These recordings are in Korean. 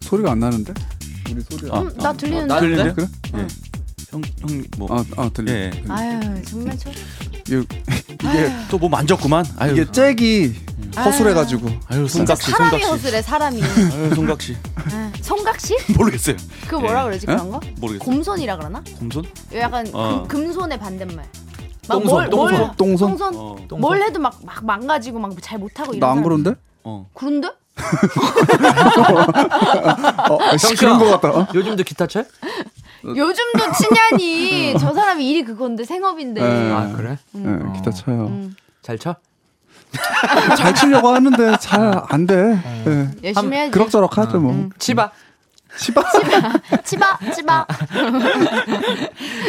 소리가 안 나는데? 우리 소리. 아, 아, 음, 나 아, 들리는데? 나 들리네? 들리는데? 그래? 형형뭐또 뭐 아, 아 들리. 예. 들리. 아유 정말 저 이게 뭐 만졌구만. 아유. 이게 잭이 허술해가지고 아유 진짜 송각시 사람이 송각시. 허술해 사람이 아유 송각시. 아, 성각시? 모르겠어요. 그거 뭐라 예. 그러지 에? 그런 거? 모르겠어요. 곰손이라 그러나? 곰손? 약간 어. 금, 금손의 반대말 막 똥손, 뭘, 뭘- 똥손, 똥손? 똥손? 어. 뭘 해도 막, 막 망가지고 막 잘 못하고 이런 나 안 사람. 그런데? 어. 그런데? 어, 아이씨, 그런 거 같다. 어? 요즘도 기타 쳐요? 요즘도 치냐니 저 사람이 일이 그건데 생업인데 네. 예. 아 그래? 예, 기타 쳐요. 음. 잘 쳐? 잘 치려고 하는데 잘 안 돼. 예. 음. 열심히 해야지 그럭저럭 하죠 뭐. 음. 치바. 치바. 치바 치바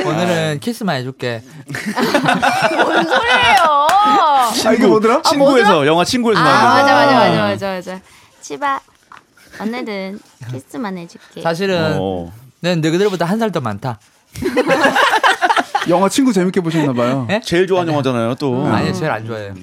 오늘은 키스만 해줄게. 뭔 소리예요 아 이게 뭐더라? 친구에서 영화 친구에서 아 나온 맞아 맞아 맞아 맞아 맞아 치바 오늘은 키스만 해줄게 사실은 어. 난 너희들보다 한 살 더 많다. 영화 친구 재밌게 보셨나 봐요. 예? 제일 좋아하는 영화잖아요, 또. 아니 네. 제일 안 좋아해요.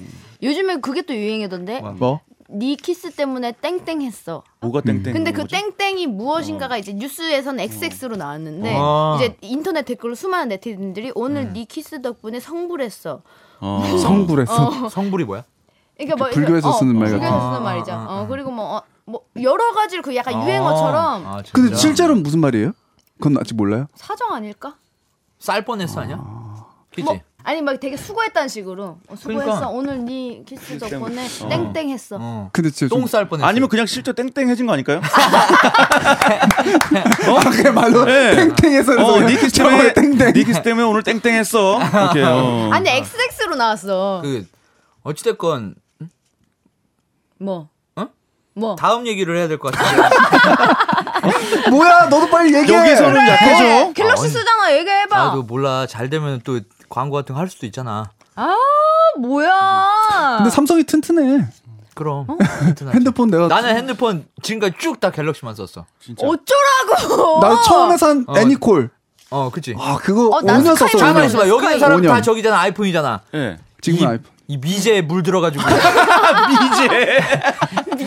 요즘에 그게 또 유행이던데 뭐? 네 키스 때문에 땡땡했어 뭐가 땡땡. 근데 그 땡땡이 무엇인가가 이제 뉴스에선 XX로 나왔는데 어. 이제 인터넷 댓글로 수많은 네티즌들이 오늘 네 키스 덕분에 성불했어. 어. 성불했어. 성불이 뭐야? 그러니까 뭐 불교에서 어, 쓰는 말 같은 불교에서 거. 쓰는 아, 말이죠. 아, 어, 그리고 뭐, 어, 뭐 여러 가지를 그 약간 유행어처럼 아, 진짜? 근데 실제로는 무슨 말이에요? 그건 아직 몰라요. 사정 아닐까? 쌀 뻔했어 아니야? 그지? 뭐 아니 막 되게 수고했다는 식으로 어, 수고했어 그러니까. 오늘 네 키스 덕분에 어. 땡땡했어. 어. 근데 진짜 그 좀 똥쌀 뻔했어. 아니면 그냥 실제 땡땡해진 거 아닐까요? 그게 말로 예. 땡땡해서 그래서 어, 그냥 니키스 저거에 때문에 땡땡. 니키스 때문에 오늘 땡땡했어. 이렇게. 어. 아니 XX로 나왔어. 그 어찌됐건 뭐? 어? 뭐? 다음 얘기를 해야 될 것 같아. 뭐야 너도 빨리 얘기해. 여기서는 약해져. 네, 갤럭시 쓰잖아 얘기해봐. 나도 몰라. 잘 되면 또 광고 같은 거 할 수도 있잖아. 아 뭐야? 근데 삼성이 튼튼해. 그럼. 어? 네. 핸드폰 내가 나는 핸드폰 지금까지 쭉 다 갤럭시만 썼어. 진짜. 어쩌라고? 나 처음에 산 어. 애니콜. 어, 그치? 아 그거 어, 난 5년 썼어. 스카이만 5년. 가만 있어봐. 여기 있는 사람 다 5년. 저기잖아. 아이폰이잖아. 예. 지금 아이폰. 이 미제에 물 들어가지고.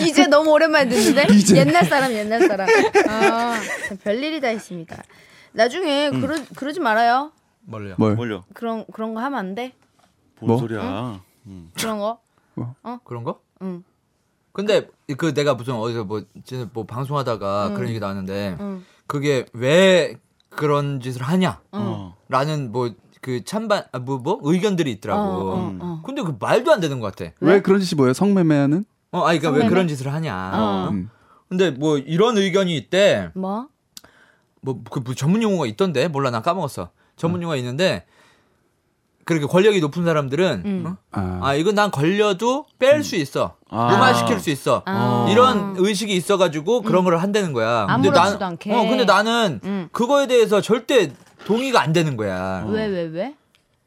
이제 너무 오랜만에 듣는데 이제. 옛날 사람 옛날 사람 아, 별일이 다 있습니다 나중에 음. 그러, 그러지 말아요 뭘요? 뭘? 뭘요? 그런 그런 거 하면 안 돼 뭔 뭐? 소리야? 그런 거 그런 거? 응. 근데 그 내가 무슨 어디서 뭐, 진짜 뭐 방송하다가 음. 그런 얘기 나왔는데 응. 그게 왜 그런 짓을 하냐? 음. 어. 라는 뭐 그 찬반 아, 뭐, 뭐 의견들이 있더라고. 어, 어, 어. 근데 그 말도 안 되는 것 같아. 왜 그런 짓이 뭐예요? 성매매하는? 어, 아니 그러니까 성매매? 왜 그런 짓을 하냐? 어. 어? 음. 근데 뭐 이런 의견이 있대. 뭐? 뭐, 그, 뭐 전문 용어가 있던데 몰라 나 까먹었어 전문 음. 용어가 있는데 그렇게 권력이 높은 사람들은 음. 어? 아. 아 이건 난 걸려도 뺄 수 있어 아. 무마시킬 수 있어 아. 음. 이런 의식이 있어가지고 그런 걸 한다는 거야 아무렇지도 난- 않게. 어 근데 나는 음. 그거에 대해서 절대 동의가 안 되는 거야 왜 왜 왜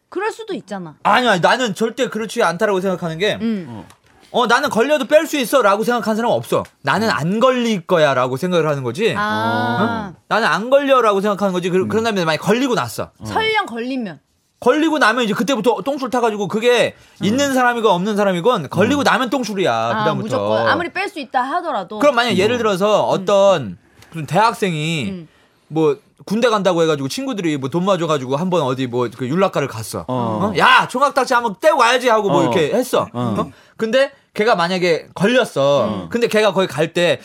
그럴 수도 있잖아 아니 아니 나는 절대 그렇지 않다라고 생각하는 게 음. 어, 나는 걸려도 뺄 수 있어 라고 생각하는 사람 은 없어 나는 안 걸릴 거야 라고 생각을 하는 거지 아 나는 안 걸려라고 생각하는 거지 그, 런 다음에 만약 걸리고 났어 설령 걸리면 걸리고 나면 이제 그때부터 똥줄 타가지고 그게 있는 사람이건 없는 사람이건 걸리고 나면 똥줄이야 음. 아 그다음부터 무조건 아무리 뺄 수 있다 하더라도 그럼 만약 예를 들어서 어떤 무슨 대학생이 음. 뭐 군대 간다고 해가지고 친구들이 뭐 돈 마줘가지고 한 번 어디 뭐 그 율락가를 갔어 어? 야 총각딱지 한번 떼고 가야지 하고 뭐 어. 이렇게 했어 음. 어? 근데 걔가 만약에 걸렸어 근데 걔가 거기 갈 때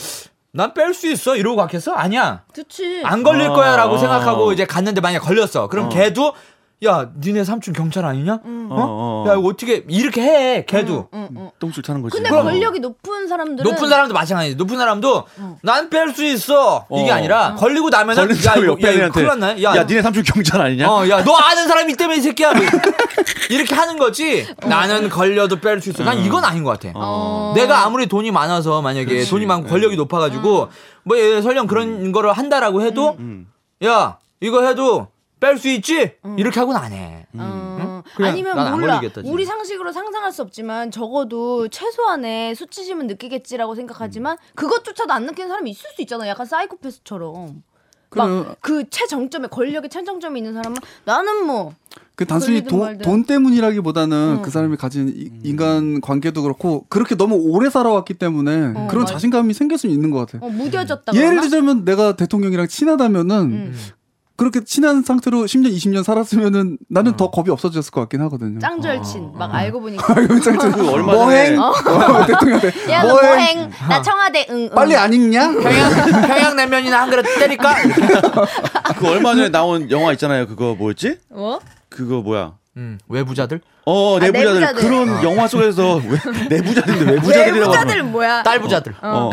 난 뺄 수 있어 이러고 갔겠어 아니야 그치 안 걸릴 어. 거야라고 어. 생각하고 이제 갔는데 만약 에 걸렸어. 그럼 걔도 야, 니네 삼촌 경찰 아니냐? 어? 어, 어. 야, 이거 어떻게 이렇게 해? 걔도. 응, 응. 똥줄 타는 거지. 근데 어. 권력이 높은 사람들은 어. 높은 사람도 마찬가지. 높은 사람도 난 뺄 수 있어. 이게 어. 아니라 걸리고 나면은 걸린 야, 사람 이거, 옆에 야, 이거 애한테 큰일 났네. 야, 야, 니네 삼촌 경찰 아니냐? 어, 야, 너 아는 사람이 때문에 이 새끼야. 뭐 이렇게 하는 거지. 나는 걸려도 뺄 수 있어. 난 이건 아닌 것 같아. 어. 내가 아무리 돈이 많아서 만약에 돈이 많고 권력이 높아가지고 어. 뭐 예, 설령 그런 거를 한다라고 해도 음. 야 이거 해도 뺄 수 있지 이렇게 하고는 안 해. 어, 그냥 난안 아니면 몰라. 걸리겠다, 지금. 우리 상식으로 상상할 수 없지만 적어도 최소한의 수치심은 느끼겠지라고 생각하지만 그것조차도 안 느끼는 사람이 있을 수 있잖아. 약간 사이코패스처럼. 그래요. 막 그 최정점에 권력의 최정점에 있는 사람은 나는 뭐 그 단순히 걸리든 돈- 말든. 돈 때문이라기보다는 그 사람이 가진 이- 인간 관계도 그렇고 그렇게 너무 오래 살아왔기 때문에 그런 맞아. 자신감이 생길 수 있는 것 같아요. 어, 무뎌졌다 예를 그러나? 들자면 내가 대통령이랑 음. 친하다면은 그렇게 친한 상태로 10년, 20년 살았으면은 나는 더 겁이 없어졌을 것 같긴 하거든요. 짱절친 막 알고 보니까 그 얼마 전에 뭐행? 어, 대통령한테 야 너 뭐행 나 청와대 응응 빨리 아- 안 읽냐? 평양 평양냉면이나 한 그릇 때릴까? 그 얼마 전에 나온 영화 있잖아요. 그거 뭐였지? 뭐? 그거 뭐야? 음, 외부자들 어 아, 내부자들 내부자들. 그런 영화 속에서 왜, 내부자들인데 외부자들이라고 하는 외부자들 뭐야 딸부자들 어.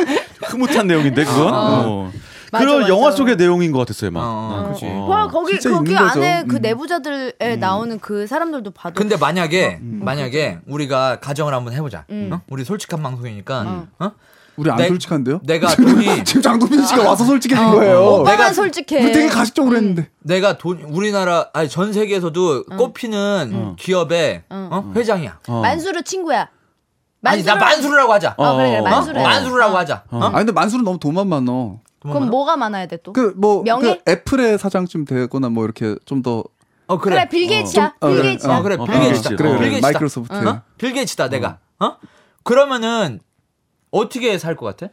흐뭇한 내용인데 그건 어. 맞아, 그런 맞아. 영화 속의 내용인 것 같았어요 막 어, 그치. 어. 와 거기 진짜 거기 있는 거죠. 안에 그 음. 내부자들에 나오는 그 사람들도 봐도 근데 만약에 음. 만약에 우리가 가정을 한번 해보자 어? 우리 솔직한 방송이니까 어? 우리 안 내- 솔직한데요? 어. 내가 돈이 네. 지금 장동민 씨가 와서 솔직해진 거예요. 어. 오빠만 내가- 솔직해 우리 되게 음. 가식적으로 했는데. 내가 돈 우리나라 아니 전 세계에서도 꼽히는 기업의 어? 회장이야 어. 만수르 친구야 아니 나 만수르- 만수르라고 하자 어, 그래, 그래, 어, 만수르. 어, 만수르라고 하자 어? 아 근데 만수는 너무 돈만 많어. 그럼 뭐가 많아야 돼 또? 그 뭐 명예? 그 애플의 사장쯤 되거나 뭐 이렇게 좀 더 어 그래 그래 빌 게이츠야 어, 빌 그래. 게이츠야 어, 그래 어, 빌게이츠다 빌 그래, 어, 그래. 빌게이츠다. 마이크로소프트. 어? 빌게이츠다 내가 어 그러면은 어떻게 살 것 같아?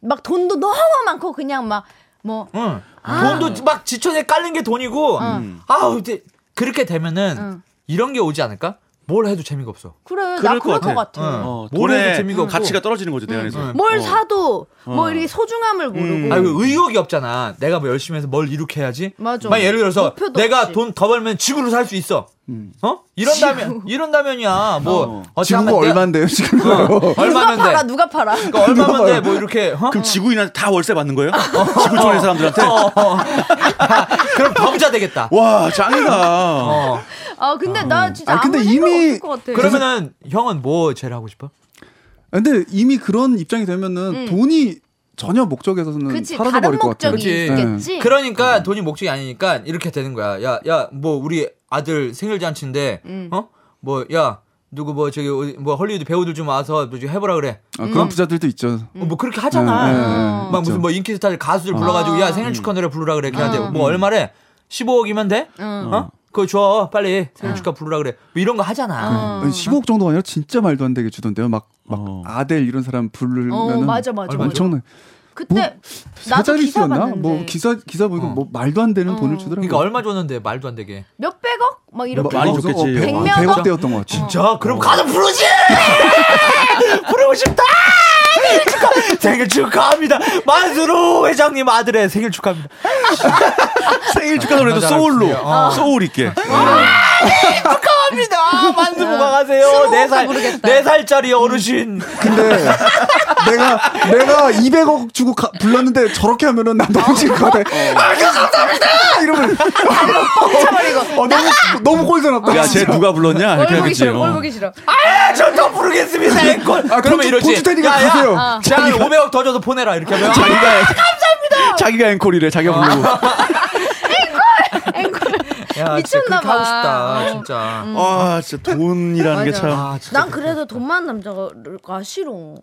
막 돈도 너무 많고 그냥 막뭐 응. 아. 돈도 막 지천에 깔린 게 돈이고 아우 이제 그렇게 되면은 응. 이런 게 오지 않을까? 뭘 해도 재미가 없어. 그래 나 그럴 것 그럴 것 같아. 같아 응. 어, 뭘뭐 해도 돈의 재미가 없고. 가치가 떨어지는 거죠 내 안에서 뭘 어. 사도 뭐 이렇게 소중함을 모르고 아, 이거 의욕이 없잖아. 내가 뭐 열심히 해서 뭘 이룩해야지. 맞아. 만 예를 들어서 목표도 내가 없지. 돈 더 벌면 지구를 살 수 있어. 어? 이런다면 이런다면이야. 뭐 어. 차 지구가 얼마인데요 지금? 어. 누가 얼마면 팔아 돼? 누가 팔아 그러니까 얼마면 돼? 뭐 이렇게 어? 그럼 지구인한테 다 월세 받는 거예요? 어. 지구촌의 사람들한테 어. 그럼 더 부자 되겠다. 와 짱이다 어. 아 근데 나 진짜 아니, 아무 근데 생각 이미- 없을 것 같아 그러면은 형은 뭐 제일 하고 싶어? 근데 이미 그런 입장이 되면은 돈이 전혀 목적에서는 음. 그치 다른 사라져버릴 것 같아요. 목적이 그치. 있겠지 그러니까 돈이 목적이 아니니까 이렇게 되는 거야. 야, 야, 뭐 우리 아들 생일 잔치인데, 음. 어? 뭐, 야, 누구 뭐 저기 어디 뭐 헐리우드 배우들 좀 와서 뭐좀 해보라 그래. 아, 그런 부자들도 있죠. 어, 음. 뭐 그렇게 하잖아. 네, 네, 어. 네. 음. 막 무슨 뭐 인기 스타들 가수들 불러가지고 야 생일 축하 노래 부르라 그래. 음. 걔한테 뭐 얼마래? 15억이면 돼? 어? 그거 줘 빨리 생일 음. 축하 부르라 그래. 뭐 이런 거 하잖아. 어. 15억 정도가 음. 아니라 진짜 말도 안 되게 주던데요. 막, 막 어. 아델 이런 사람 부르면은 어 맞아 맞아 맞아 엄청나. 그때 세 나도 자리 기사 수였나? 봤는데 뭐 기사 기사 보니까 어. 뭐 말도 안 되는 돈을 주더라고요. 그러니까 얼마 줬는데 말도 안 되게. 몇백억 막 이렇게 어. 많이 어, 줬겠지. 어, 100억, 백명? 100억 대였던 것 같아. 진짜? 그럼 가서 부르지! 부르고 싶다! 생일 축하합니다. 만수로 회장님 아들의 생일 축하합니다. 생일 축하 노래도 남자랑 소울로 부르게. 어. 소울 있게 아, 축하합니다. 만수부가 가세요. 네 살, 네 살짜리 어르신. 근데 내가 내가 200억 주고 가- 불렀는데 저렇게 하면은 나 너무 질것 같아. 어. 아, 감사합니다. 이러면 어, 너무 너무 꼴전 없다. 야 쟤 누가 불렀냐 이렇게 꼴 보기 하겠지 싫어 꼴 어. 보기 싫어 아, 저더 부르겠습니다. 앵콜. 아, 그럼 돈 주- 돈 주테니까 가세요. 아. 야, 야 500억 더 줘서 보내라. 이렇게 하면. 자기가 자기가 앵콜이래 자기가 아, 부르고 야, 진짜 미쳤나 그렇게 하고 봐. 싶다. 진짜. 음. 아 진짜 돈이라는 맞아. 게참 아, 진짜 난 그래서 돈 많은 남자가 싫어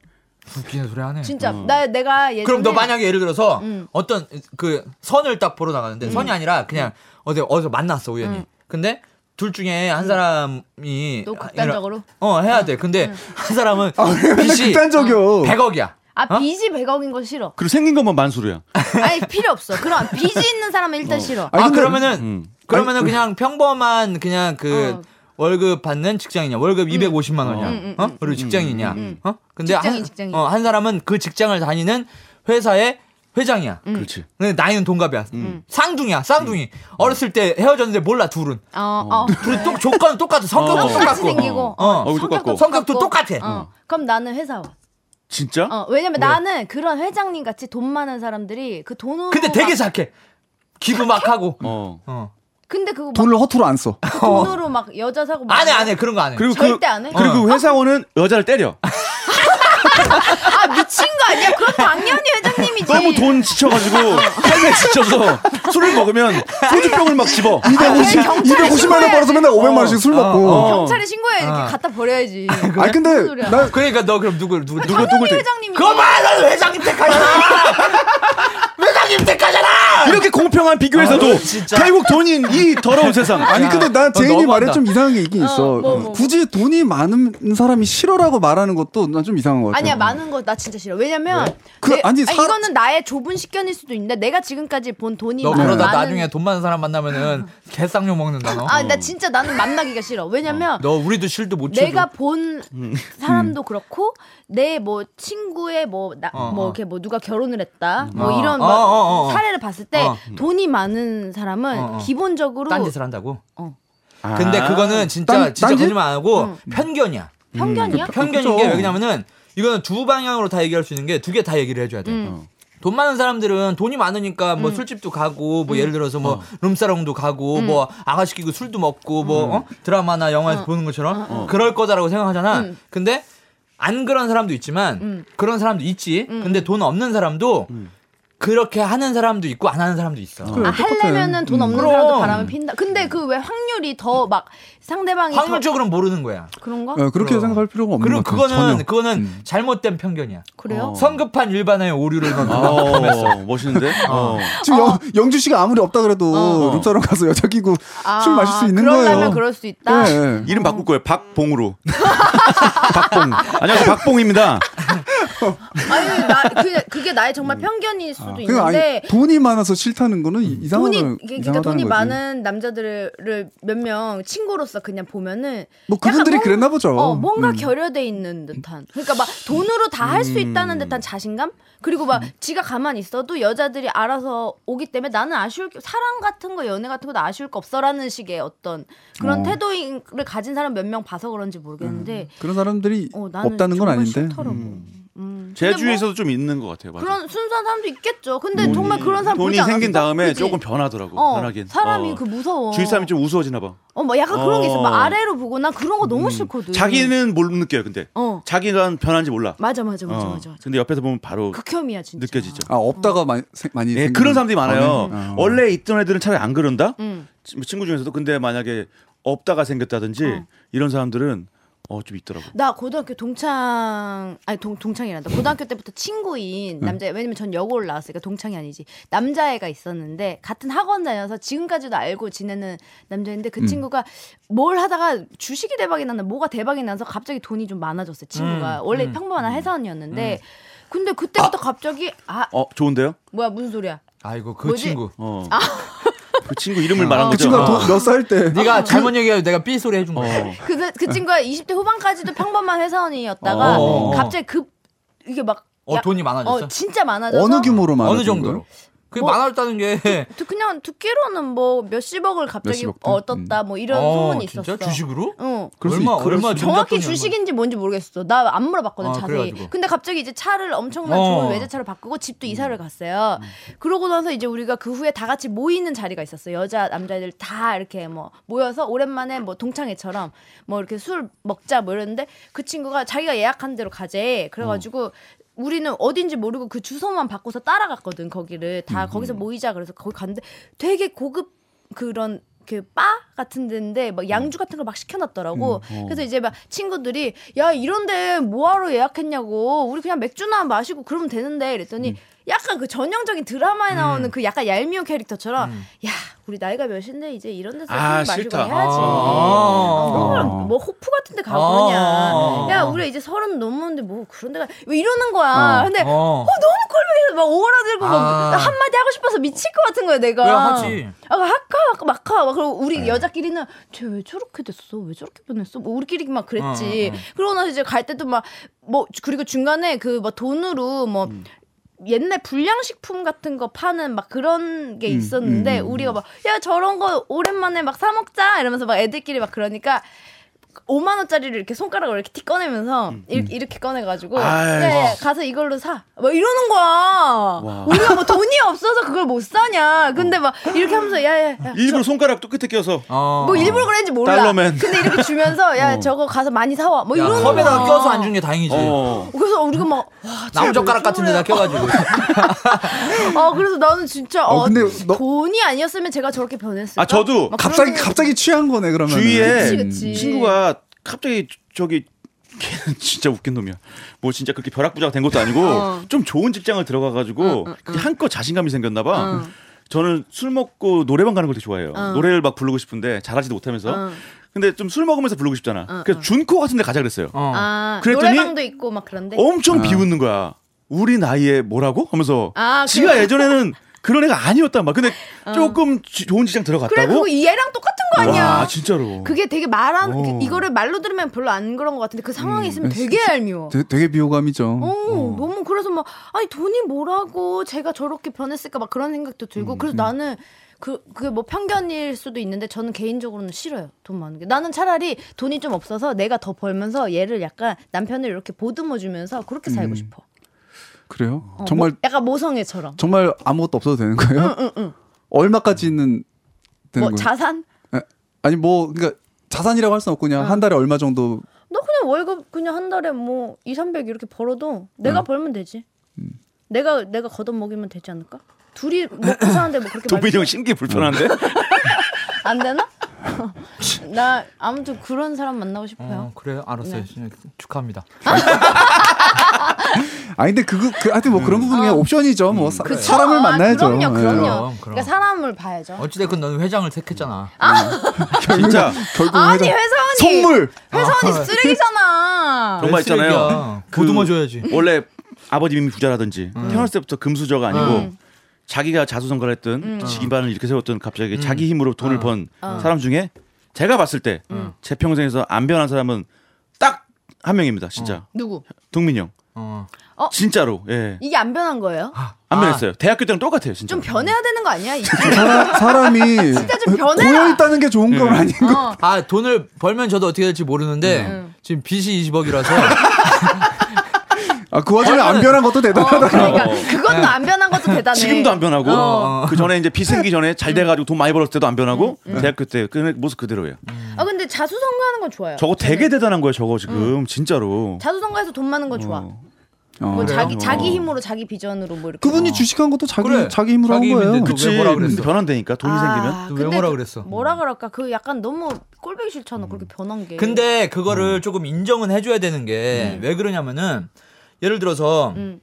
웃기는 소리 하네. 진짜 나 내가 예전에 음. 그럼 너 만약에 예를 들어서 음. 어떤 그 선을 딱 보러 나가는데 선이 아니라 그냥 음. 어디 어디서 만났어 우연히. 근데 둘 중에 한 사람이 너 극단적으로? 음. 어 해야 돼. 근데 한 사람은 빚이 아, 극단적이요. 100억이야. 아 빚이 100억인 거 싫어 그리고 생긴 것만 만수르야 아니 필요 없어 그런 빚이 있는 사람은 일단 싫어 아, 아니, 근데- 그러면은 그러면은 그냥 평범한 그냥 그 어. 음. 월급 받는 직장이냐 월급 250만 원이야 어 음. 그리고 직장이냐 어 근데 직장인, 한, 직장인. 어, 한 사람은 그 직장을 다니는 회사의 회장이야 음. 그렇지 근데 네, 나이는 동갑이야. 쌍둥이야, 쌍둥이. 어렸을 때 헤어졌는데 몰라, 둘은. 어어 둘이 똑, 조건은 똑같아. 성격도 똑같이 똑같고. 생기고 어. 어, 얼굴 똑같고. 성격도 똑같아. 어. 그럼 나는 회사원 진짜 어, 왜냐면 나는 그런 회장님 같이 돈 많은 사람들이 그 돈으로 근데 되게 막, 착해. 기부 막 하고. 어 음. 어. 근데 그거 막그 돈을 허투루 안 써. 아, 돈으로 막 여자 사고 안 해, 안 해. 그런 거 안 해. 그리고 그 절대 안 해? 그리고 회사원은 여자를 때려 아 미친 거 아니야? 그건 당연히 회장님이지. 뭐 너무 돈 지쳐가지고 삶에 지쳐서 술을 먹으면 소주병을 막 집어 250, 아, 경찰에 250만 원 벌어서 맨날 500만 원씩 술 먹고. 어, 경찰에 신고해 이렇게 어. 갖다 버려야지. 아니 근데 무슨 소리야. 나 그러니까 너 그럼 누굴, 누구, 누구. 누구 누굴 당연히 때 회장님이지. 그만! 회장님 택하잖아! 임대가잖아! 이렇게 공평한 비교에서도 아, 진짜. 결국 돈인 이 더러운 세상. 아니 근데 난 어, 제인이 너무한다. 말에 좀 이상한 게 있긴 있어. 뭐, 뭐. 굳이 돈이 많은 사람이 싫어라고 말하는 것도 난 좀 이상한 것 같아. 아니야 많은 거 나 진짜 싫어. 왜냐면 그, 내- 아니, 아니, 사- 이거는 나의 좁은 식견일 수도 있는데 내가 지금까지 본 돈이 너 많- 그러다 음. 많은- 나중에 돈 많은 사람 만나면은 개쌍욕 먹는다 너. 아, 나 진짜 나는 만나기가 싫어. 왜냐면 너 음. 우리도 실드 못 쳐줘. 내가 본 사람도 그렇고 내 뭐 친구의 뭐 나 뭐 어, 어. 이렇게 뭐 누가 결혼을 했다 뭐 어. 이런 어, 막 어, 어, 어. 사례를 봤을 때 어. 돈이 많은 사람은 어, 어. 기본적으로 딴짓을 한다고. 아. 근데 그거는 진짜 딴- 진짜 딴짓? 거짓말 안 하고 음. 편견이야. 편견이야? 편견인 그쵸. 아, 게 왜냐면은 이거는 두 방향으로 다 얘기할 수 있는 게 두 개 다 얘기를 해줘야 돼. 어. 돈 많은 사람들은 돈이 많으니까 뭐 술집도 가고 뭐 예를 들어서 뭐 룸사롱도 가고 뭐 아가 시키고 술도 먹고 음. 뭐 어? 드라마나 영화에서 보는 것처럼 그럴 거다라고 생각하잖아. 근데 안 그런 사람도 있지만 그런 사람도 있지. 근데 돈 없는 사람도 음. 그렇게 하는 사람도 있고 안 하는 사람도 있어. 그래, 아, 똑같아. 음. 하려면은 돈 없는 음, 그럼. 사람도 바람을 핀다. 근데 그 왜 확률이 더 막 상대방이 더 확률적으로는 모르는 거야. 그런가? 어, 그렇게 그럼. 생각할 필요가 없는 그리고 것 같아. 전혀. 음. 어. 그거는 그거는 잘못된 편견이야. 그래요? 성급한 일반의 오류를 아, 넣는 어, 멋있는데? 어. 지금 영, 영주 씨가 아무리 없다 그래도 어. 룸사롱 가서 여자 끼고 어. 아, 술 마실 수 있는 거예요. 그러려면 그럴 수 있다. 예, 예. 이름 바꿀 거예요. 박봉으로. 박봉. 안녕하세요. 박봉입니다. 아니 나 그게, 그게 나의 정말 편견일 수도 그러니까 있는데 음. 아니, 돈이 많아서 싫다는 거는 이상한 돈이 거 그러니까 돈이 많은 남자들을 몇 명 친구로서 그냥 보면은 뭐 약간 그분들이 뭔- 그랬나 보죠. 어, 뭔가 음. 결여돼 있는 듯한. 그러니까 막 돈으로 다 할 수 음. 있다는 듯한 자신감? 그리고 막 지가 가만히 있어도 여자들이 알아서 오기 때문에 나는 아쉬울 게 사랑 같은 거 연애 같은 거 나 아쉬울 거 없어라는 식의 어떤 그런 어. 태도를 가진 사람 몇 명 봐서 그런지 모르겠는데 그런 사람들이 어, 나는 음. 없다는 건 정말 아닌데. 싫더라고. 음. 근데 제 뭐 주위에서도 좀 있는 것 같아요. 맞아. 그런 순수한 사람도 있겠죠. 근데 정말 그런 사람 돈이 보지 않았어? 생긴 다음에 그치? 조금 변하더라고. 어, 변하긴. 사람이 어. 그 무서워. 주위 사람이 좀 우스워지나 봐. 어, 뭐 약간 그런 게 있어. 막 어. 음. 아래로 보고 난 그런 거 너무 싫거든. 자기는 못 느껴요. 근데 어. 자기가 변한지 몰라. 맞아 맞아 맞아 어. 그렇죠, 맞아. 맞아. 근데 옆에서 보면 바로 극혐이야 진짜. 느껴지죠. 아 어. 없다가 많이 생- 많이 예, 생기는- 그런 사람들이 많아요. 어, 네. 어. 원래 있던 애들은 차라리 안 그런다. 음. 치- 친구 중에서도 근데 만약에 없다가 생겼다든지 어. 이런 사람들은 어 좀 있더라고. 나 고등학교 동창 아니 동 동창이란다. 고등학교 때부터 친구인 남자 왜냐면 전 여고를 나왔으니까 동창이 아니지. 남자애가 있었는데 같은 학원 다녀서 지금까지도 알고 지내는 남자인데 그 친구가 뭘 하다가 주식이 대박이 났나 뭐가 대박이 나서 갑자기 돈이 좀 많아졌어요. 친구가 원래 평범한 회사원이었는데 근데 그때부터 갑자기 아 어 좋은데요? 뭐야 무슨 소리야? 아이고 그 뭐지? 친구. 어. 그 친구 이름을 말한 그 거죠. 친구가 어. 몇살 때. 아, 네가 잘못 얘기해도 내가 삐 소리 해준 거야. 어. 그, 그 친구가 20대 후반까지도 평범한 회사원이었다가 어. 갑자기 급 이게 막 어, 야- 돈이 많아졌어? 어, 진짜 많아져서 어느 규모로 말하는 어느 정도로? 거예요? 그게 뭐- 많았다는 게 두- 그냥 듣기로는 뭐 몇십억을 갑자기 몇십억 돈? 어, 떴다 뭐 이런 어, 소문이 음, 진짜 있었어. 주식으로? 응. 그럴 수 얼마 있- 그럴 얼마 수 있- 정확히 전작권이 얼마- 주식인지 뭔지 모르겠어. 나 안 물어봤거든 아, 자세히. 그래가지고. 근데 갑자기 이제 차를 엄청난 어. 음. 좋은 외제차를 바꾸고 집도 이사를 갔어요. 그러고 나서 이제 우리가 그 후에 다 같이 모이는 자리가 있었어. 여자 남자들 다 이렇게 뭐 모여서 오랜만에 뭐 동창회처럼 뭐 이렇게 술 먹자 뭐 이랬는데 그 친구가 자기가 예약한 대로 가재. 그래가지고 우리는 어딘지 모르고 그 주소만 바꿔서 따라갔거든 거기를 음, 다 거기서 모이자 그래서 거기 갔는데 되게 고급 그런 그 바 같은 데인데 막 어. 양주 같은 걸 막 시켜놨더라고. 음, 그래서 이제 막 친구들이 야 이런데 뭐하러 예약했냐고 우리 그냥 맥주나 마시고 그러면 되는데 이랬더니 음. 약간 그 전형적인 드라마에 나오는 그 약간 얄미운 캐릭터처럼 야 우리 나이가 몇인데 이제 이런 데서 술 음. 아, 마시고 싫다. 해야지. 아. 그럼 뭐 호프 같은 데 가고 아. 그냥 야 우리 이제 서른 넘었는데 뭐 그런 데가 왜 이러는 거야. 어. 근데 어, 어. 너무 꼴보기 막 오그라들고 아. 막 한마디 하고 싶어서 미칠 것 같은 거야 내가. 왜 하지? 아, 할까 말까 막하. 막 그리고 우리 여자끼리는 쟤 왜 저렇게 됐어? 왜 저렇게 변했어? 뭐 우리끼리 막 그랬지. 그러고 나서 이제 갈 때도 막 뭐 그리고 중간에 그 막 돈으로 뭐 옛날 불량식품 같은 거 파는 막 그런 게 있었는데 우리가 막 야 저런 거 오랜만에 막 사 먹자 이러면서 막 애들끼리 막 그러니까 5만 원짜리를 이렇게 손가락으로 이렇게 티 꺼내면서 이렇게, 이렇게 꺼내가지고 네. 아이고. 야, 야, 어, 가서 이걸로 사 막 이러는 거야 우리가 뭐 돈이 없어서 그걸 못 사냐 근데 막 이렇게 하면서 야야야 일부러 손가락도 끝에 껴서 어. 뭐 일부러 그랬는지 몰라 달러맨. 근데 이렇게 주면서 야 저거 가서 많이 사와 뭐 야, 이러는 컵에다가 거야 아, 껴서 안 주는 게 아, 다행이지. 네. 어. 그래서 우리가 막 나무젓가락 같은 데다 껴가지고. 아 그래서 나는 진짜 어, 어, 근데 너- 돈이 아니었으면 제가 저렇게 변했을까? 아, 저도 막뭐 그런 갑자기 생각- 갑자기 취한 거네 그러면. 주위에 그치, 그치. 친구가 갑자기 저기 걔는 진짜 웃긴 놈이야. 뭐 진짜 그렇게 벼락부자가 된 것도 아니고 어. 좀 좋은 직장을 들어가 가지고 그게 한껏 자신감이 생겼나 봐. 응. 저는 술 먹고 노래방 가는 걸 되게 좋아해요. 어. 노래를 막 부르고 싶은데 잘하지도 못하면서. 어. 근데 좀 술 먹으면서 부르고 싶잖아. 어, 그래서 어. 준코 같은 데 가자 그랬어요. 어. 아, 그랬더니- 어, 노래방도 있고 막 그런데. 엄청 비웃는 거야. 우리 나이에 뭐라고? 하면서 아, 지가 그- 예전에는 그런 애가 아니었단 말. 근데 조금 지- 좋은 직장 들어갔다고? 그래 그거 얘랑 똑같은 거 아니야? 와, 진짜로. 그게 되게 말한 오. 그- 이거를 말로 들으면 별로 안 그런 것 같은데 그 상황에 있으면 되게 얄미워. 되, 되게 비호감이죠. 어, 너무 그래서 막 아니 돈이 뭐라고 제가 저렇게 변했을까 막 그런 생각도 들고 음, 그래서 나는 그 그게 뭐 편견일 수도 있는데 저는 개인적으로는 싫어요 돈 많은 게 나는 차라리 돈이 좀 없어서 내가 더 벌면서 얘를 약간 남편을 이렇게 보듬어 주면서 그렇게 살고 싶어 그래요? 어, 음, 정말 뭐- 약간 모성애처럼 정말 아무것도 없어도 되는 거예요? 얼마까지는 되는 거예요? 뭐 자산 에, 아니 뭐 그러니까 자산이라고 할 수는 없고 그냥 한 달에 얼마 정도 너 그냥 월급 그냥 한 달에 뭐 2, 300 이렇게 벌어도 내가 음. 벌면 되지. 내가 내가 걷어 먹이면 되지 않을까? 둘이 먹고 사는데 뭐 그렇게 도빈이 형 말안 신기 불편한데? 되나? 나 아무튼 그런 사람 만나고 싶어요. 네. 어, 그래요? 알았어요. 축하합니다. 아 근데 그거 그 하여튼 뭐 그런 부분은 그냥 옵션이죠. 뭐 사, 그쵸? 사람을 아, 만나야죠. 그럼요, 예. 그럼요. 그럼, 그럼. 그러니까 사람을 봐야죠. 어찌됐건 너는 회장을 택했잖아. 진짜 결국 아니 회장- 회사원이 선물 아, 네. 회사원이 쓰레기잖아. 정말 있잖아요. 어, 쓰레기야. 그 보듬어 줘야지. 원래 아버님이 부자라든지 음. 태어났을 때부터 금수저가 아니고 자기가 자수성가를 했던 음. 직인반을 이렇게 세웠던 갑자기 자기 힘으로 어. 돈을 번 사람 중에 제가 봤을 때 제 음. 평생에서 안 변한 사람은 딱 한 명입니다. 진짜 누구? 동민이 형 어. 음. 진짜로 예. 이게 안 변한 거예요? 아, 안 변했어요. 대학교 때랑 똑같아요, 진짜. 좀 변해야 되는 거 아니야? 이게? 사람, 사람이 좀 변해라. 고여 있다는 게 예. 좋은 건 네. 아닌 거. 어. 아 돈을 벌면 저도 어떻게 될지 모르는데 음. 지금 빚이 20억이라서 아그 와중에 어. 안 변한 것도 대단하다. 그러니까 어. 네. 그것도 안 변한 것도 대단해. 지금도 안 변하고 어. 그 전에 이제 비 생기 전에 음. 잘 돼가지고 돈 많이 벌었을 때도 안 변하고 대학교 때 그 모습 그대로예요. 음. 아 근데 자수성가하는 건 좋아요. 저거 되게 대단한 거예요. 저거 지금 음. 진짜로. 자수성가해서 돈 많은 건 좋아. 어. 뭐 자기 그래요? 자기 힘으로 자기 비전으로 뭐 이렇게. 그분이 주식한 것도 자기 그래. 자기 힘으로 자기 한 거예요. 힘인데 또 그치. 왜 뭐라 근데 그랬어? 아. 변한다니까 돈이 생기면. 또왜 뭐라 그랬어? 뭐라 그럴까? 그 약간 너무 꼴보기 싫잖아. 음. 그렇게 변한 게. 근데 그거를 조금 인정은 해줘야 되는 게 왜 그러냐면은 예를 들어서 음.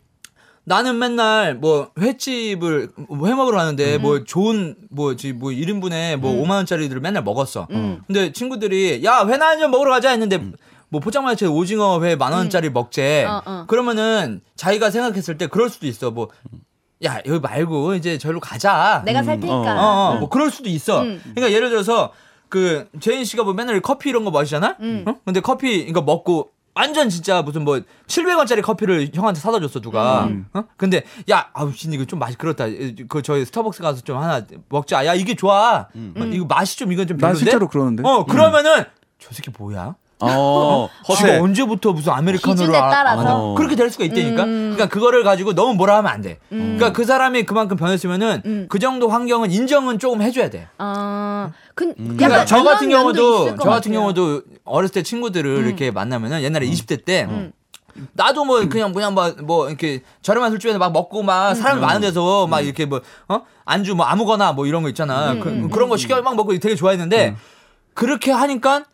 나는 맨날 뭐 횟집을 뭐 해먹으러 가는데 뭐 좋은 뭐지 뭐 1인분에 뭐 5만 원짜리들을 맨날 먹었어. 근데 친구들이 야 회나 한점 먹으러 가자 했는데 뭐 포장마차에 오징어 회 만 원짜리 먹재. 어, 어. 그러면은 자기가 생각했을 때 그럴 수도 있어. 뭐 야 여기 말고 이제 저기로 가자. 내가 살 테니까. 어, 어, 뭐 그럴 수도 있어. 그러니까 예를 들어서 그 제인 씨가 뭐 맨날 커피 이런 거 마시잖아. 어? 근데 커피 이거 먹고 완전 진짜 무슨 뭐 700원짜리 커피를 형한테 사다 줬어 누가. 어? 근데 야 아우 씨 이거 좀 맛이 그렇다. 그 저희 스타벅스 가서 좀 하나 먹자. 야 이게 좋아. 어, 이거 맛이 좀 이건 좀 난 별론데. 실제로 그러는데. 음. 어 그러면은 저 새끼 뭐야? 어, 지가 허세. 언제부터 무슨 아메리카노를 기준에 아- 따라서. 음. 알아? 어. 그렇게 될 수가 있다니까. 그러니까 그거를 가지고 너무 뭐라 하면 안 돼. 그러니까 그 사람이 그만큼 변했으면은 음. 그 정도 환경은 인정은 조금 해줘야 돼. 아, 근 음. 그러니까 약간 저 같은 변한 면도 경우도 있을 저 것 같아요. 같은 음. 경우도 어렸을 때 친구들을 이렇게 만나면은 옛날에 20대 때 나도 뭐 그냥 그냥 막 뭐 이렇게 저렴한 술집에서 막 먹고 음. 막 사람이 많은 데서 막 이렇게 뭐어 안주 뭐 아무거나 뭐 이런 거 있잖아 음. 그, 런거 시켜 막 먹고 되게 좋아했는데 그렇게 하니까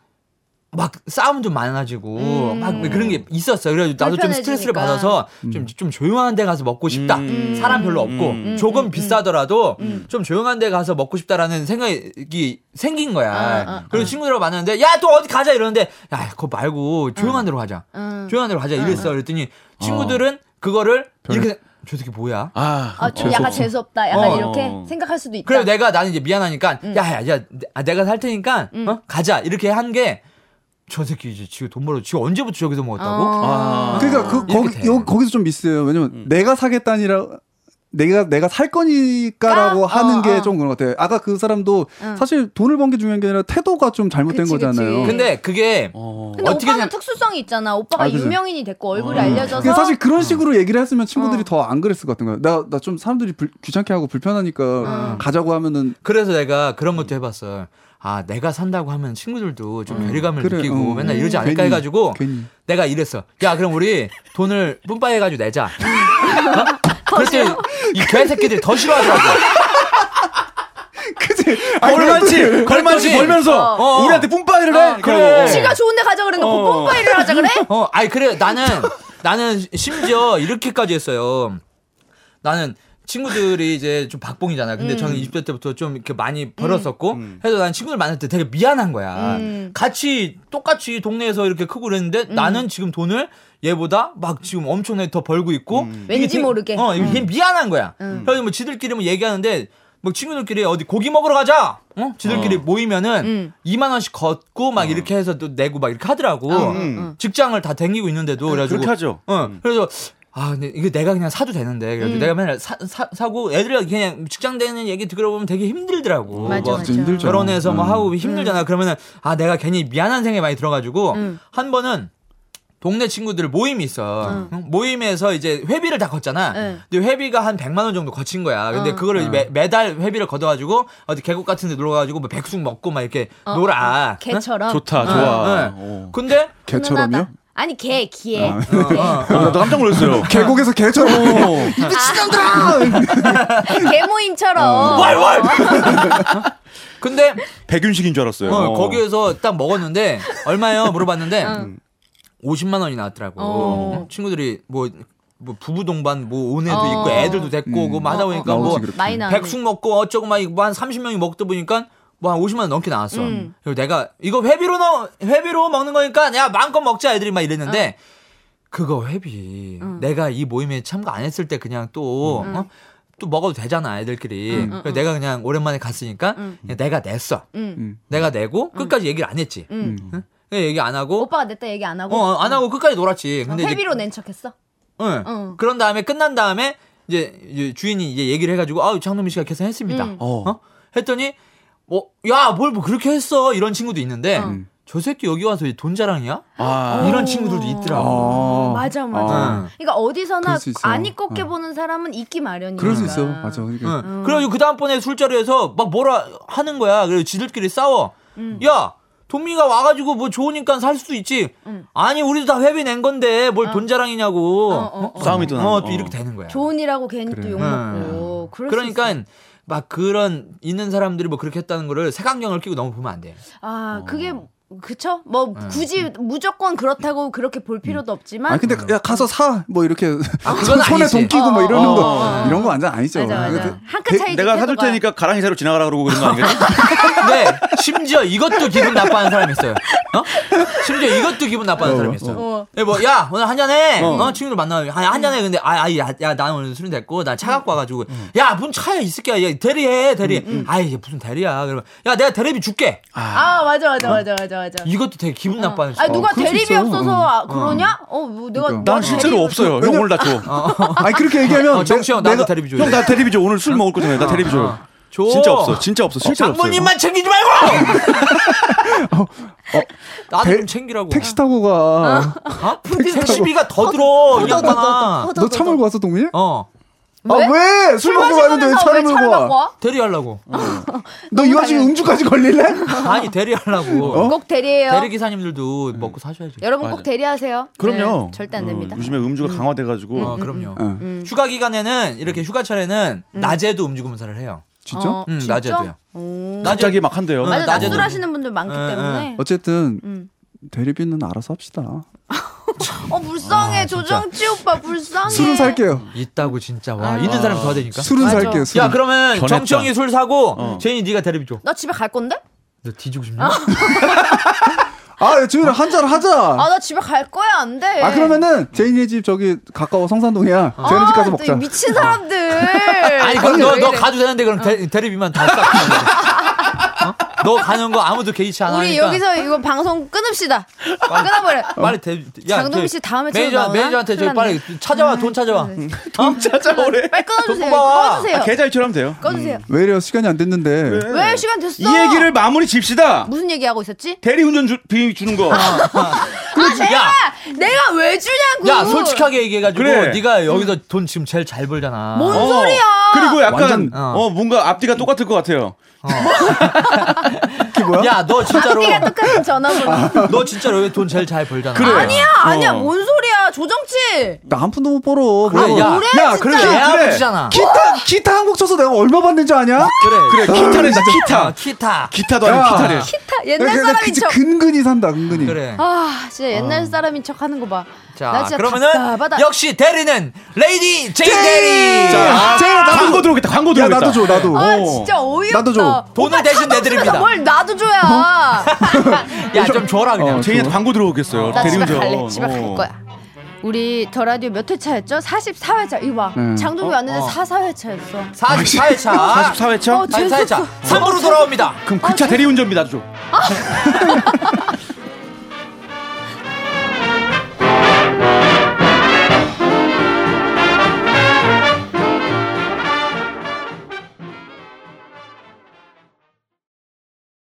막 싸움도 많아지고 막 그런 게 있었어. 그래서 나도 좀 음. 불편해지니까. 스트레스를 받아서 좀 좀 조용한 데 가서 먹고 싶다. 음. 사람 별로 없고 음. 조금 비싸더라도 좀 조용한 데 가서 먹고 싶다라는 생각이 생긴 거야. 아, 아, 그리고 친구들하고 만났는데 야 또 어디 가자 이러는데 야 그거 말고 조용한 데로 가자. 음. 조용한 데로 가자 이랬어. 그랬더니 친구들은 그거를 이렇게 저 새끼 뭐야? 아, 아, 좀 약간 재수 없다. 약간 어. 이렇게 어. 생각할 수도 있다. 그래 내가 나는 이제 미안하니까 야야야 아, 내가 살 테니까 어? 가자 이렇게 한 게 저 새끼 이제 지금 돈 벌어 지금 언제부터 저기서 먹었다고? 어. 아. 그러니까 그 이렇게 거기 돼요. 음. 여, 거기서 좀 미스예요. 왜냐면 내가 사겠다니라 내가 내가 살 거니까라고 까? 하는 어, 게 어. 좀 그런 것 같아요. 아까 그 사람도 사실 돈을 번 게 중요한 게 아니라 태도가 좀 잘못된 그치, 거잖아요. 그치. 근데 그게 어. 근데 어떻게 오빠는 생각- 어. 특수성이 있잖아. 오빠가 아, 그죠. 유명인이 됐고 얼굴이 알려져서 어. 그게 사실 그런 식으로 음. 얘기를 했으면 친구들이 더 안 그랬을 것 같은 거예요. 나 나 좀 사람들이 불- 귀찮게 하고 불편하니까 어. 가자고 하면은 그래서 내가 그런 것도 해봤어요. 아, 내가 산다고 하면 친구들도 좀 괴리감을 그래, 느끼고 어. 맨날 이러지 음. 않을까 괜히, 해가지고 괜히. 내가 이랬어. 야, 그럼 우리 돈을 뿜빠해가지고 내자. 어? 그랬더니 이 개새끼들이 더 싫어하더라고. 그지 걸만치 걸만치 그랬더니- 벌면서 어. 우리한테 뿜빠이를 해. 어, 그래. 지가 좋은데 가자 그런 거 어. 뽕파이를 하자 그래? 어, 아니 그래 나는 나는 심지어 이렇게까지 했어요. 나는 친구들이 이제 좀 박봉이잖아요. 음. 근데 저는 20대 때부터 좀 이렇게 많이 벌었었고 해서 난 친구들 만날 때 되게 미안한 거야. 음. 같이 똑같이 동네에서 이렇게 크고 그랬는데 나는 지금 돈을 얘보다 막 지금 엄청나게 더 벌고 있고 이게 왠지 되게- 모르게. 어, 이게 미안한 거야. 음. 그래서 뭐 지들끼리 뭐 얘기하는데 뭐 친구들끼리 어디 고기 먹으러 가자. 어? 지들끼리 모이면은 음. 이 2만 원씩 걷고 막 이렇게 해서 또 내고 막 이렇게 하더라고. 음. 직장을 다 댕기고 있는데도 그래가지고 그렇게 하죠. 어, 그래서 아 근데 이거 내가 그냥 사도 되는데 음. 그래서 내가 맨날 사, 사, 사고 애들이 그냥 직장 되는 얘기 들어보면 되게 맞아, 힘들더라고. 뭐 맞아. 진짜 그렇죠. 힘들죠. 결혼해서 음. 뭐 하고 힘들잖아. 그러면은 아 내가 괜히 미안한 생각이 많이 들어가지고 음. 한 번은 동네 친구들 모임이 있어. 모임에서 이제 회비를 다 걷잖아. 응. 근데 회비가 한 100만 원 정도 거친 거야. 근데 그거를 음. 매, 매달 회비를 걷어가지고 어디 계곡 같은 데 놀러가지고 뭐 백숙 먹고 막 이렇게 어, 놀아. 개처럼. 좋다 응? 좋아. 응. 어. 근데 음. 개처럼요? 편안하다. 아니 개 기에. 어, 나도 깜짝 놀랐어요. 계곡에서 개처럼. 어. 아. 개 모임처럼. 어. 근데 백윤식인 줄 알았어요. 어, 어. 거기에서 딱 먹었는데 얼마예요 물어봤는데 50만 원이 나왔더라고 어. 친구들이 뭐, 뭐 부부 동반 뭐 오네도 어. 있고 애들도 됐고 음. 그뭐 하다 보니까 어, 어, 뭐 나오지, 그렇게. 많이 나. 백숙 먹고 어쩌고 막뭐 한 30명이 먹다 보니까 뭐 한 50만 원 넘게 나왔어. 음. 그리고 내가 이거 회비로 넣 회비로 먹는 거니까 야 마음껏 먹자 애들이 막 이랬는데 그거 회비 내가 이 모임에 참가 안 했을 때 그냥 또 어? 또 먹어도 되잖아 애들끼리. 그래서 내가 그냥 오랜만에 갔으니까 그냥 내가 냈어. 내가 내고 끝까지 얘기를 안 했지. 응? 그냥 얘기 안 하고 오빠가 냈다 얘기 안 하고. 뭐? 어 안 하고 끝까지 놀았지. 근데 이제 회비로 낸 척했어. 응. 응. 그런 다음에 끝난 다음에 이제, 이제 주인이 이제 얘기를 해가지고 아우 장동민 씨가 계산했습니다. 어. 했더니 어야뭘 뭐 그렇게 했어 이런 친구도 있는데 저 새끼 여기 와서 돈 자랑이야? 아. 이런 친구들도 있더라고. 어. 맞아 맞아. 어. 그러니까 어디서나 그럴 수 있어요. 아. 안 입고게 보는 사람은 있기 마련이야. 그럴 수 있어. 맞아. 그러니까 응. 그래가지고 그 다음번에 술자리에서 막 뭐라 하는 거야. 그래서 지들끼리 싸워. 음. 야 동민이가 와가지고 뭐 좋으니까 살 수도 있지. 아니 우리도 다 회비 낸 건데 뭘 돈 자랑이냐고. 음. 어, 어, 어. 싸움이 또 나. 어, 또 이렇게 되는 거야. 좋은이라고 괜히 또 욕먹고. 그럴 수 있어. 그러니까 막 그런 있는 사람들이 뭐 그렇게 했다는 거를 색안경을 끼고 너무 보면 안 돼. 아 어. 그게 그쵸? 뭐 굳이 무조건 그렇다고 그렇게 볼 필요도 없지만. 아 근데 야 가서 사 뭐 이렇게 그건 손에 음. 아니지. 돈 끼고 뭐 이러는 어, 거 어, 이런 거 완전 아니죠. 맞아 맞아. 근데 한끗 차이. 그 내가 사줄 테니까 가랑이 새로 지나가라 그러고 그런 거 아니겠지? 근데 네. 심지어 이것도 기분 나빠하는 사람이 있어요. 어? 심지어 이것도 기분 나빠하는 어, 사람이 있어요. 어. 예, 뭐, 야, 오늘 한잔해! 어, 친구들 만나면, 아, 한잔해. 근데, 아, 아, 야, 야, 나 오늘 술이 됐고, 나 차 갖고 와가지고, 야, 뭔 차야, 이 새끼야. 야, 대리해, 대리. 아이, 이게 무슨 대리야. 그러면, 야, 내가 대리비 줄게. 아 맞아 맞아 맞아 맞아 맞아. 이것도 되게 기분 나빠하는 아 사람. 누가 그럴 수 대립이 있어. 없어서 아, 그러냐? 어, 뭐 내가 그러니까. 난 뭐 대립이 실제로 없어요. 형 오늘 나 줘. 아니 그렇게 얘기하면 어, 정치 형, 내- 나도 내가- 대리비 줘. 형 나 대리비 줘. 오늘 술 먹을 거잖아요. 나 대리비 줘요. 줘. 진짜 없어. 진짜 없어. 실제로 없어요. 어. 장모님만 챙기지 말고! 나도 대- 좀 챙기라고. 택시 타고 아, 가. 어? 택시비가 더 들어, 이 양반아. 너 차 몰고 왔어 동민이? 어, 왜? 아 왜? 술 먹고 왔는데 왜 차를 몰고 와? 와? 대리하려고. 너 이 와중에 당연히. 음주까지 걸릴래? 어. 아니, 대리하려고. 꼭 어? 대리해요. 대리기사님들도 먹고 사셔야죠. 음. 여러분 꼭 맞아. 대리하세요. 그럼요. 네, 절대 안 어, 됩니다. 요즘에 음주가 강화돼가지고 어, 그럼요. 음. 어. 휴가 기간에는 이렇게 휴가철에는 낮에도 음주 검사를 해요. 진짜? 어, 음, 진짜? 음. 낮에도요. 오. 갑자기 막 한대요. 어. 응. 맞아, 낮에도. 낮술 하시는 분들 많기 응, 때문에. 어쨌든 음. 대리비는 알아서 합시다. 어, 불쌍해. 아, 진짜. 조정치 오빠 불쌍해. 술은 살게요. 있다고 진짜 와 아. 있는 사람이 더 되니까. 술은 맞아. 살게요. 술은. 그러니까? 야 그러면 변했다. 정청이 술 사고 어. 제인이 네가 대리비 줘. 나 집에 갈 건데? 너 뒤지고 싶냐? 아 주윤아 한잔 하자. 아, 나 집에 갈 거야. 안 돼. 아 그러면은 제인이 집 저기 가까워 성산동이야. 아, 제네 집 가서 이 먹자. 미친 사람들. 아니 그럼 아니, 너 왜 너 이래. 어. 가도 되는데 그럼 대, 대리비만 다 싹. 주면 돼. 어? 너 가는 거 아무도 개의치 않아 우리 하니까. 여기서 이거 방송 끊읍시다. 끊어버려. 빨리 대. 야, 장동민 저기 씨 다음에 저기 매니저 나오나? 매니저한테 저 큰일 음. 빨리 찾아와 돈 찾아와. 돈 어. 찾아오래. 빨리 끊어주세요. 돈 뽑아와. 꺼주세요. 아, 계좌 이체하면 돼요. 꺼주세요. 왜 이래요? 시간이 안 됐는데. 왜 시간 됐어? 이 얘기를 마무리 집시다. 무슨 얘기하고 있었지? 대리운전 주, 비 주는 거. 아, 야, 내가 왜 주냐고. 야 솔직하게 얘기해가지고 그래. 네가 음. 여기서 돈 지금 제일 잘 벌잖아. 뭔 소리야. 어. 그리고 약간 완전, 어. 어. 뭔가 앞뒤가 똑같을 것 같아요. 그게 뭐야? 야 너 진짜로 언니가 똑같은 전화번호. 너 진짜로 왜 돈 제일 잘 벌잖아. 그래. 아니야, 아니야, 어. 뭔 소리야, 조정치. 나 한 푼도 못 벌어. 그래, 뭐야, 야. 뭐야. 그래, 진짜. 그래도 애 그래. 아버지잖아. 기타 기타 한 곡 쳐서 내가 얼마 받는지 아냐? 그래 그래. 기타를 다 아, 기타 기타. 기타도 아니고 야. 기타를 기타, 그래, 옛날 그래, 사람인 그치, 어. 척. 근근히 산다 근근히. 그래. 아, 진짜 옛날 사람인 척 하는 거 봐. 나 자 진짜 그러면은 답답하다. 역시 대리는 레이디 제이 대리. 자, 아, 제가 나도 광고 들어오겠다 광고 야 들어오겠다 나도 줘 나도. 네. 아, 어. 진짜 어이없다. 나도 줘. 돈을 오빠 대신 내드립니다. 차동생에서 뭘 나도 줘야. 야 좀 줘라 그냥. 어. 제이한테 광고 들어오겠어요 나 집에 대리운전. 갈래. 집에 어. 갈 거야. 우리 더 라디오 몇 회차였죠? 44회차. 이봐. 음. 장동이 어? 왔는데 44회차였어. 44회차. 44회차 어, 44회차. 3부로 돌아옵니다. 그럼 그 차 대리운전비 나도 줘